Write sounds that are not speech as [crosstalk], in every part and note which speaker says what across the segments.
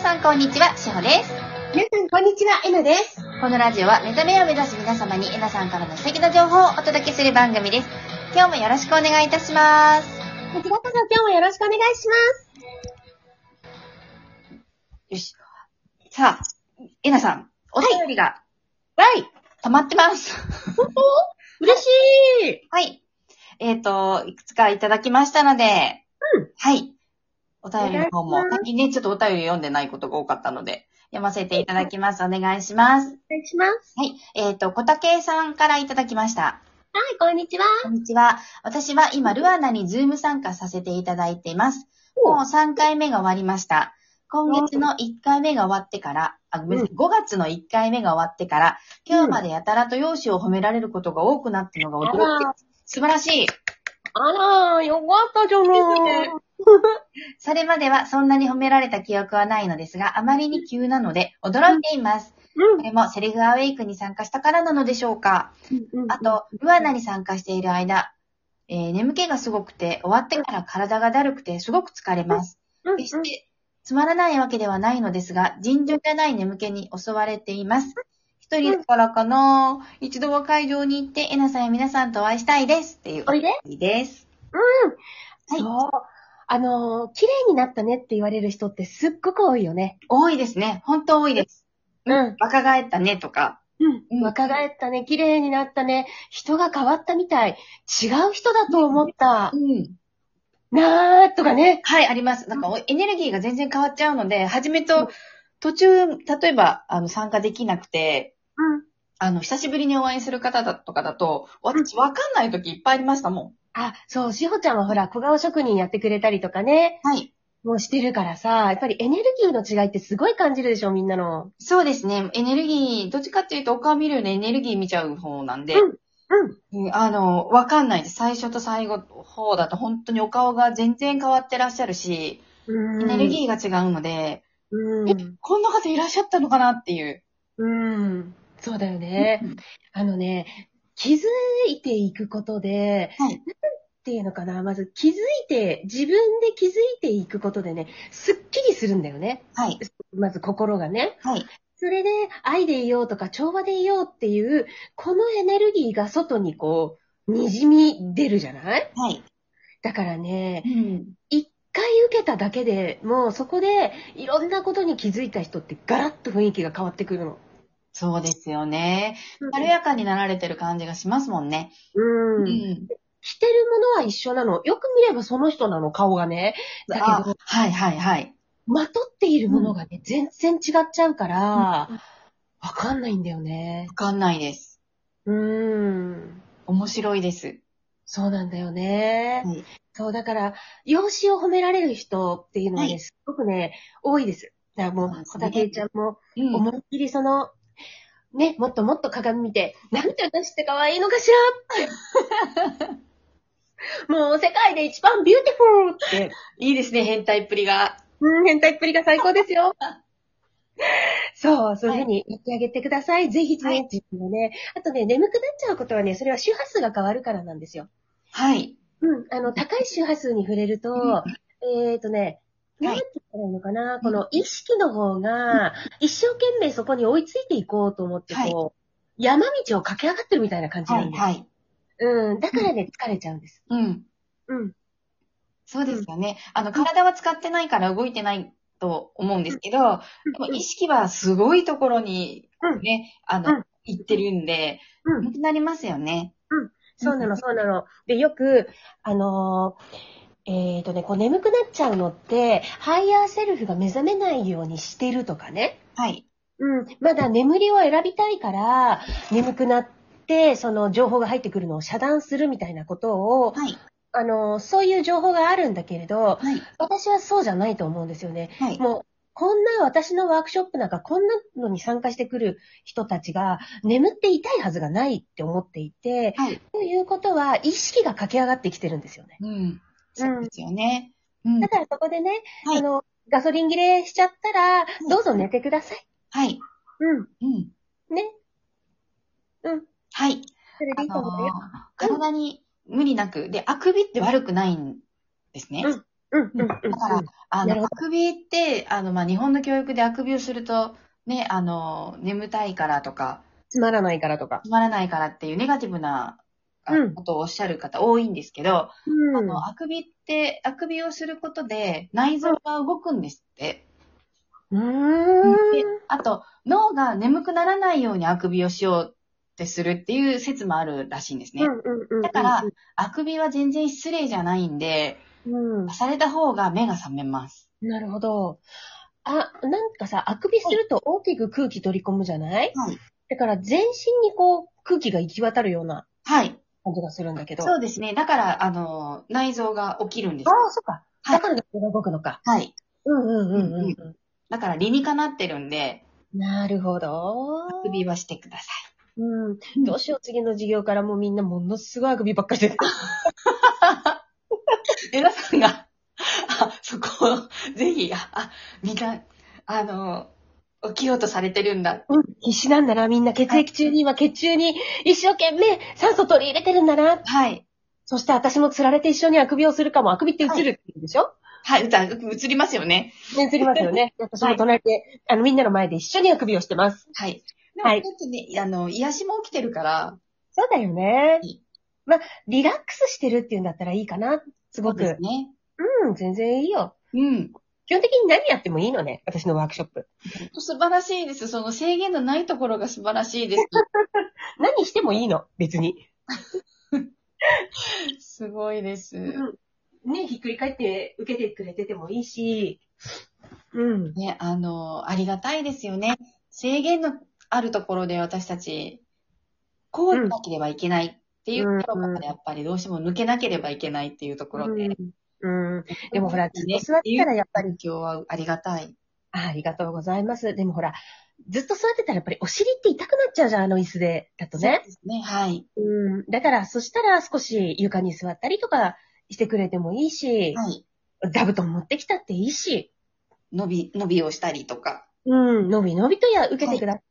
Speaker 1: さんこんにちは、しほです。
Speaker 2: 皆さん、こんにちは、えなです。
Speaker 1: このラジオは目覚めを目指す皆様にえなさんからの素敵な情報をお届けする番組です。今日もよろしくお願いいたします。
Speaker 2: こちらこそ今日もよろしくお願いします。
Speaker 1: よし。さあ、えなさん、お便りが
Speaker 2: わい
Speaker 1: 溜まってます。
Speaker 2: 嬉しい
Speaker 1: はい。えっ、と、いくつかいただきましたので、
Speaker 2: うん
Speaker 1: はい。お便りの方
Speaker 2: お
Speaker 1: も
Speaker 2: 願いし、ます
Speaker 1: 最近ね、ちょっとお便り読んでないことが多かったので、読ませていただきます。お願いします。
Speaker 2: お願いします。
Speaker 1: はい。えっ、と、小竹さんからいただきました。
Speaker 2: はい、こんにちは。
Speaker 1: こんにちは。私は今、ルアナにズーム参加させていただいています。
Speaker 2: お
Speaker 1: もう3回目が終わりました。今月の1回目が終わってから、あ、ごめんなさい、5月の1回目が終わってから、今日までやたらと容姿を褒められることが多くなったのが驚き
Speaker 2: あら
Speaker 1: です。素晴らしい。
Speaker 2: あら、よかったじゃない。
Speaker 1: それまではそんなに褒められた記憶はないのですが、あまりに急なので驚いています。
Speaker 2: う
Speaker 1: これもセレグアウェイクに参加したからなのでしょうか。
Speaker 2: ん
Speaker 1: あ、と、ルアナに参加している間、えー眠気がすごくて、終わってから体がだるくてすごく疲れます。
Speaker 2: うん
Speaker 1: 決してつまらないわけではないのですが、尋常じゃない眠気に襲われています。一人だからかな一度は会場に行って、エナさんや皆さんとお会いしたいです。っていうお
Speaker 2: おいで。
Speaker 1: 便りです。はい
Speaker 2: そう。あのー、綺麗になったねって言われる人ってすっごく多いよね。
Speaker 1: 多いですね。本当多いです。
Speaker 2: うん。
Speaker 1: 若返ったねとか。
Speaker 2: うん。若返ったね、綺麗になったね、人が変わったみたい、違う人だと思った、
Speaker 1: うん。
Speaker 2: なーとかね。
Speaker 1: はい、あります。なんか、おエネルギーが全然変わっちゃうので、初めと、途中、例えば、あの、参加できなくて、
Speaker 2: うん。
Speaker 1: あの、久しぶりにお会いする方だとかだと、私、わかんない時いっぱいありましたも
Speaker 2: あ、そう、しほちゃんはほら、小顔職人やってくれたりとかね。
Speaker 1: ん。はい。
Speaker 2: もうしてるからさ、やっぱりエネルギーの違いってすごい感じるでしょ、みんなの。
Speaker 1: そうですね。エネルギー、どっちかっていうと、お顔見るよりエネルギー見ちゃう方なんで、
Speaker 2: うん
Speaker 1: うんあの、わかんないです。最初と最後の方だと、本当にお顔が全然変わってらっしゃるし、
Speaker 2: う
Speaker 1: エネルギーが違うので、
Speaker 2: うん。
Speaker 1: こんな方いらっしゃったのかなっていう。
Speaker 2: うん。そうだよね。あのね、気づいていくことで、
Speaker 1: はい
Speaker 2: なんていうのかな、まず気づいて、自分で気づいていくことでね、すっきりするんだよね。
Speaker 1: はい。
Speaker 2: まず心がね。
Speaker 1: はい。
Speaker 2: それで、愛でいようとか調和でいようっていう、このエネルギーが外にこう、滲み出るじゃない
Speaker 1: はい。
Speaker 2: だからね、
Speaker 1: うん。
Speaker 2: 一回受けただけでもうそこでいろんなことに気づいた人ってガラッと雰囲気が変わってくるの。
Speaker 1: そうですよね。軽やかになられてる感じがしますもんね。
Speaker 2: う。。
Speaker 1: うん
Speaker 2: 着てるものは一緒なの。よく見ればその人なの、顔がね。だけ
Speaker 1: あ
Speaker 2: ど、、
Speaker 1: はいはいはい。
Speaker 2: まとっているものがね、全然違っちゃうから、わかんないんだよね
Speaker 1: わ。かんないです。
Speaker 2: うん。
Speaker 1: 面白いです。
Speaker 2: そうなんだよね。
Speaker 1: はい
Speaker 2: そう、だから、容姿を褒められる人っていうのはね、
Speaker 1: はい
Speaker 2: すごくね、多いです。だからも
Speaker 1: そう
Speaker 2: う、
Speaker 1: です
Speaker 2: 小
Speaker 1: ね
Speaker 2: 竹ちゃんも、
Speaker 1: うん
Speaker 2: 思いっきりその、ね、もっともっと鏡見て、なんて私って可愛いのかし
Speaker 1: [laughs]
Speaker 2: らって。もう世界で一番ビューティフルって。
Speaker 1: いいですね、変態っぷりが。
Speaker 2: うん、変態っぷりが最高ですよ。そう、そういうふうに言ってあげてください。ぜひぜ
Speaker 1: は
Speaker 2: ひ
Speaker 1: い
Speaker 2: 自分もね。あとね、眠くなっちゃうことはね、それは周波数が変わるからなんですよ。
Speaker 1: はい。
Speaker 2: うん、あの、高い周波数に触れると、えっ、ー、とね、
Speaker 1: は
Speaker 2: 何
Speaker 1: い
Speaker 2: て言ったらいいのかな、この意識の方が、一生懸命そこに追いついていこうと思って、
Speaker 1: はい
Speaker 2: こう、山道を駆け上がってるみたいな感じ
Speaker 1: は
Speaker 2: なん
Speaker 1: い
Speaker 2: です。
Speaker 1: はい。
Speaker 2: うん、だからね、疲れちゃうんです。
Speaker 1: うん。
Speaker 2: うん。
Speaker 1: そうですよね。あの、体は使ってないから動いてないと思うんですけど、でも意識はすごいところに
Speaker 2: うん、
Speaker 1: ね、あ
Speaker 2: う
Speaker 1: の、行ってるんで、
Speaker 2: うん
Speaker 1: 本当になりますよね。
Speaker 2: そうなの、そうなの。で、よく、あのーえっ、とね、こう眠くなっちゃうのって、ハイヤーセルフが目覚めないようにしてるとかね。
Speaker 1: はい。
Speaker 2: うん、まだ眠りを選びたいから、眠くなって、その情報が入ってくるのを遮断するみたいなことを、
Speaker 1: はい。
Speaker 2: あの、そういう情報があるんだけれど、
Speaker 1: はい。
Speaker 2: 私はそうじゃないと思うんですよね。
Speaker 1: はい。
Speaker 2: もう、こんな私のワークショップなんか、こんなのに参加してくる人たちが、眠っていたいはずがないって思っていて、
Speaker 1: はい。
Speaker 2: ということは、意識が駆け上がってきてるんですよね。
Speaker 1: うん。そうですよね。うん
Speaker 2: だ。からそこでね、
Speaker 1: はい
Speaker 2: あの、ガソリン切れしちゃったら、どうぞ寝てください。
Speaker 1: はい。
Speaker 2: うん。
Speaker 1: うん。
Speaker 2: ね。うん。
Speaker 1: はい。
Speaker 2: それで
Speaker 1: あ
Speaker 2: いいと思うよ。
Speaker 1: のー体に無理なく、で、あくびって悪くないんですね。
Speaker 2: うんうん、うん、うん。
Speaker 1: だからあ
Speaker 2: なる
Speaker 1: の、
Speaker 2: ほ
Speaker 1: あくびって、あの、まあ、日本の教育であくびをすると、ね、あの、眠たいからとか、
Speaker 2: つまらないからとか。
Speaker 1: つまらないからっていうネガティブな、あ
Speaker 2: うん
Speaker 1: ことをおっしゃる方多いんですけど、
Speaker 2: う
Speaker 1: あの、あくびって、あくびをすることで内臓が動くんですって。
Speaker 2: うー
Speaker 1: であと、脳が眠くならないようにあくびをしようってするっていう説もあるらしいんですね。
Speaker 2: ん。
Speaker 1: だから、あくびは全然失礼じゃないんで、
Speaker 2: うん。
Speaker 1: された方が目が覚めます。
Speaker 2: なるほど。あ、なんかさ、あくびすると大きく空気取り込むじゃない
Speaker 1: はい。
Speaker 2: だから全身にこう、空気が行き渡るような
Speaker 1: はい。
Speaker 2: 感じがするんだけど。。
Speaker 1: そううですね。だから、あの、内臓が起きるんです。
Speaker 2: ああ、そっか。
Speaker 1: はい
Speaker 2: だからが動くのか。
Speaker 1: はい。
Speaker 2: うんうんうん
Speaker 1: うん
Speaker 2: う
Speaker 1: だから、理にかなってるんで、
Speaker 2: ん。なるほど。
Speaker 1: あくびはしてくださ
Speaker 2: うん。
Speaker 1: い。
Speaker 2: どうしよう、次の授業からもうみんなものすごいあくびばっかりしてる。
Speaker 1: エラさんが、あ、そこを、ぜひ、あ、あみんな、あの、起きようとされてるんだ。
Speaker 2: うん。必死なんだな、みんな。血液中に、今血中に一生懸命酸素取り入れてるんだな。
Speaker 1: はい。
Speaker 2: そして私も釣られて一緒にあくびをするかも。あくびって映るって言うでしょ、
Speaker 1: はい、うた、映りますよね。
Speaker 2: ね、映りますよ [laughs] ね。私も隣で、あの、みんなの前で一緒にあくびをしてます。
Speaker 1: はい。でも、
Speaker 2: はい
Speaker 1: ちょっとね、あの、癒しも起きてるから、
Speaker 2: そうだよね
Speaker 1: い。
Speaker 2: まあ、リラックスしてるっていうんだったらいいかな。すごく。
Speaker 1: そうですね。
Speaker 2: うん、全然いいよ。
Speaker 1: うん。
Speaker 2: 基本的に何やってもいいのね。私のワークショップ。
Speaker 1: 素晴らしいです。その制限のないところが素晴らしい [laughs] です。
Speaker 2: 何してもいいの、別に。
Speaker 1: すごいです。
Speaker 2: ね、ひっくり返って受けてくれててもいいし。うん。
Speaker 1: ね、あの、ありがたいですよね。制限のあるところで私たち、こうでなければいけないっていうところか
Speaker 2: うんう
Speaker 1: らやっぱりどうしても抜けなければいけないっていうところで。
Speaker 2: うん。うん。でもほら、ずっ
Speaker 1: ね、
Speaker 2: と座ってたらやっぱり、
Speaker 1: 今日はありがたい。
Speaker 2: あありがとうございます。でもほら、ずっと座ってたらやっぱりお尻って痛くなっちゃうじゃん、あの椅子で。だとね
Speaker 1: そう。ですね。はい。
Speaker 2: うん。だから、そしたら少し床に座ったりとかしてくれてもいいし、
Speaker 1: はい。
Speaker 2: 座布団持ってきたっていいし、
Speaker 1: 伸び、伸びをしたりとか。
Speaker 2: うん、のびのびとや、受けてください。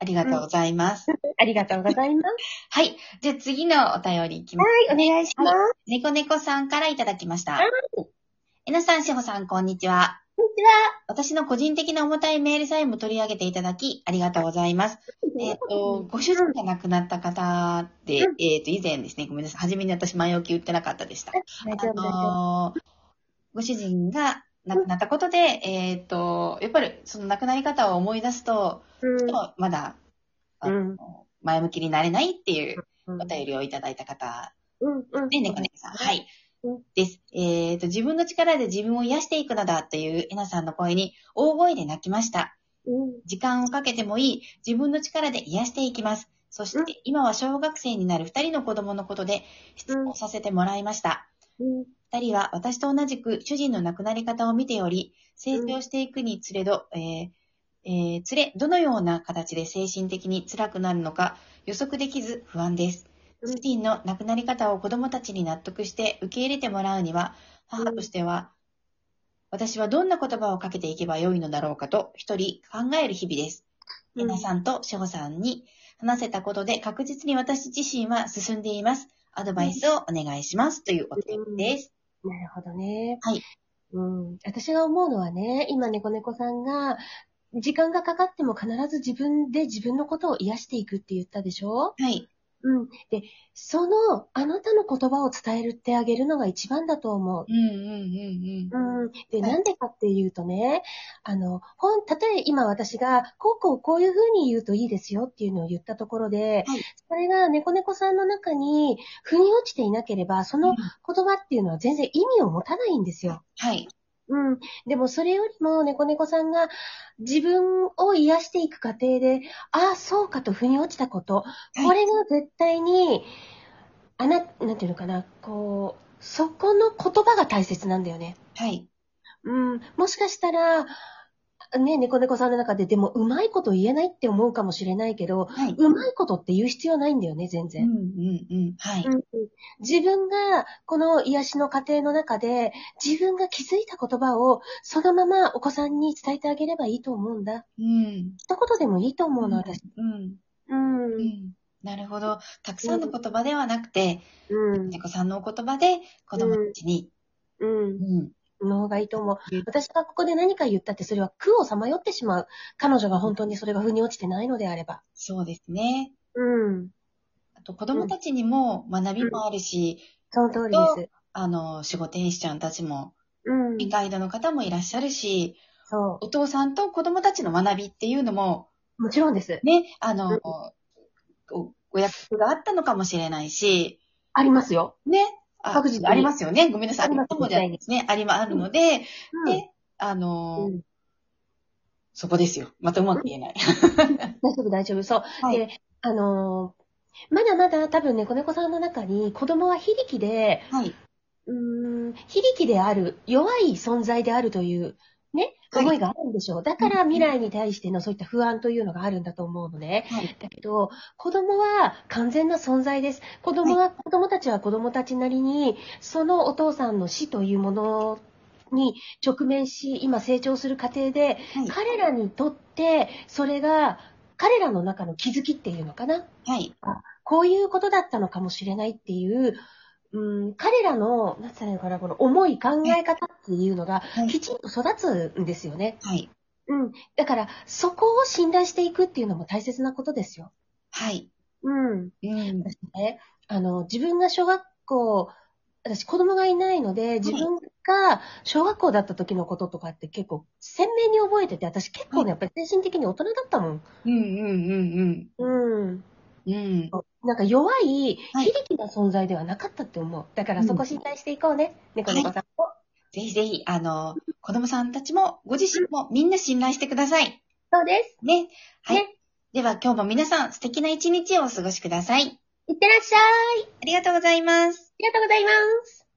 Speaker 1: ありがとうございます。
Speaker 2: ありがとうございます。
Speaker 1: はい。じゃあ次のお便りいきます。
Speaker 2: はい、お願いします。
Speaker 1: 猫猫さんからいただきました
Speaker 2: はい。
Speaker 1: えなさん、しほさん、こんにちは。
Speaker 2: こんにち
Speaker 1: 私の個人的な重たいメールさえも取り上げていただき、ありがとうございます。えっ、と、ご主人が亡くなった方で、
Speaker 2: うん
Speaker 1: えっ、と、以前ですね、ごめんなさい。初めに私前置き言ってなかったでした。
Speaker 2: 大
Speaker 1: あ
Speaker 2: 丈夫、大丈夫。
Speaker 1: のーご主人が亡くなったことで、えっ、と、やっぱりその亡くなり方を思い出すと、まだあ
Speaker 2: うん
Speaker 1: の前向きになれないっていう
Speaker 2: うん
Speaker 1: お便りをいただいた方
Speaker 2: うん、うん。
Speaker 1: で、猫猫さん。はい
Speaker 2: うん。
Speaker 1: です。えっ、と、自分の力で自分を癒していくのだというえなさんの声に大声で泣きました。
Speaker 2: うん
Speaker 1: 時間をかけてもいい、自分の力で癒していきます。そして
Speaker 2: うん、
Speaker 1: 今は小学生になる二人の子供のことで、質問させてもらいました。
Speaker 2: うん
Speaker 1: 二人は私と同じく主人の亡くなり方を見ており、成長していくにつれど、えーえーつれ、どのような形で精神的に辛くなるのか予測できず不安です。
Speaker 2: うん
Speaker 1: 主人の亡くなり方を子供たちに納得して受け入れてもらうには、母としては、私はどんな言葉をかけていけばよいのだろうかと、一人考える日々です。
Speaker 2: うん
Speaker 1: 皆さんと志保さんに話せたことで確実に私自身は進んでいます。アドバイスをお願いします。というお手紙です。
Speaker 2: なるほどね。
Speaker 1: はい。
Speaker 2: うん。私が思うのはね、今猫猫さんが、時間がかかっても必ず自分で自分のことを癒していくって言ったでしょ
Speaker 1: はい。
Speaker 2: うん。で、その、あなたの言葉を伝えるってあげるのが一番だと思う。
Speaker 1: うんうんうんうん。
Speaker 2: うん。で、
Speaker 1: はい
Speaker 2: なんでかっていうとね、あの、本、たとえ今私が、こうこうこういう風に言うといいですよっていうのを言ったところで、
Speaker 1: はい
Speaker 2: それが猫猫さんの中に、腑に落ちていなければ、その言葉っていうのは全然意味を持たないんですよ。
Speaker 1: はい。
Speaker 2: うん。でもそれよりも、猫猫さんが自分を癒していく過程で、ああ、そうかと腑に落ちたこと、
Speaker 1: い
Speaker 2: これが絶対に、あな、なんていうのかな、こう、そこの言葉が大切なんだよね。
Speaker 1: はい。
Speaker 2: うん。もしかしたら、ね、猫猫さんの中で、でも、うまいこと言えないって思うかもしれないけど、
Speaker 1: はい。
Speaker 2: うまいことって言う必要ないんだよね、
Speaker 1: う
Speaker 2: 全
Speaker 1: ん
Speaker 2: 然。
Speaker 1: うんうん。はい。
Speaker 2: 自分が、この癒しの過程の中で、自分が気づいた言葉を、そのままお子さんに伝えてあげればいいと思うんだ。
Speaker 1: うん。
Speaker 2: 一言でもいいと思うの、私。
Speaker 1: うん。
Speaker 2: うん。
Speaker 1: う
Speaker 2: うん。
Speaker 1: ん。なるほど。たくさんの言葉ではなくて、猫さんのお言葉で子供たちに
Speaker 2: うん。
Speaker 1: うん。
Speaker 2: の方がいいと思う。私がここで何か言ったって、それは苦をさまよってしまう。彼女が本当にそれが腑に落ちてないのであれば。
Speaker 1: そうですね。
Speaker 2: うん。
Speaker 1: あと、子供たちにも学びもあるし、
Speaker 2: その通りです。
Speaker 1: あの、守護天使ちゃんたちも、
Speaker 2: うん。
Speaker 1: ガイドの方もいらっしゃるし、
Speaker 2: そ
Speaker 1: お父さんと子供たちの学びっていうのも、
Speaker 2: う。もちろんです。
Speaker 1: ね、あの、
Speaker 2: うん
Speaker 1: おご約束があったのかもしれないし、
Speaker 2: ありますよ。
Speaker 1: ね、あ
Speaker 2: 確実に
Speaker 1: ありますよね。ごめんなさい。
Speaker 2: あります
Speaker 1: ありもじゃないですね。ありま、あるので、
Speaker 2: うん。
Speaker 1: で、あの、
Speaker 2: うん
Speaker 1: そこですよ。またうまく言えない。
Speaker 2: 大丈夫、大丈夫。そう。
Speaker 1: はい
Speaker 2: で、あのーまだまだ多分ね、子猫さんの中に子供は非力で、
Speaker 1: はい。
Speaker 2: うーん、非力である、弱い存在であるという、ね、
Speaker 1: はい
Speaker 2: 思いがあるんでしょう。だから未来に対してのそういった不安というのがあるんだと思うのね。
Speaker 1: はい。
Speaker 2: だけど、子供は完全な存在です。子供は、子供たちは子供たちなりに、そのお父さんの死というものに直面し、今成長する過程で、
Speaker 1: はい。
Speaker 2: 彼らにとって、それが、彼らの中の気づきっていうのかな。
Speaker 1: はい。
Speaker 2: こういうことだったのかもしれないっていう、うん、彼らの、なんつったらいいのかな、この思い考え方っていうのが、
Speaker 1: はい
Speaker 2: きちんと育つんですよね。
Speaker 1: はい。
Speaker 2: うん。だから、そこを信頼していくっていうのも大切なことですよ。
Speaker 1: はい。
Speaker 2: うん。
Speaker 1: うん。
Speaker 2: 私ね、あの、自分が小学校、私子供がいないので、自分が小学校だった時のこととかって結構鮮明に覚えてて、私結構ね、やっぱり精神的に大人だったもん。
Speaker 1: うんうん
Speaker 2: うん。
Speaker 1: うんうん。うん。
Speaker 2: なんか弱い、
Speaker 1: はい
Speaker 2: 非力な存在ではなかったって思う。だからそこ信頼していこうね、猫猫さんを。
Speaker 1: ぜひぜひ、あの、子供さんたちも、ご自身もみんな信頼してください。
Speaker 2: そうです。
Speaker 1: ね。はい。
Speaker 2: ね
Speaker 1: では今日も皆さん素敵な一日をお過ごしください。
Speaker 2: いってらっしゃい。あ
Speaker 1: ありがとうございます。
Speaker 2: りがとうございます。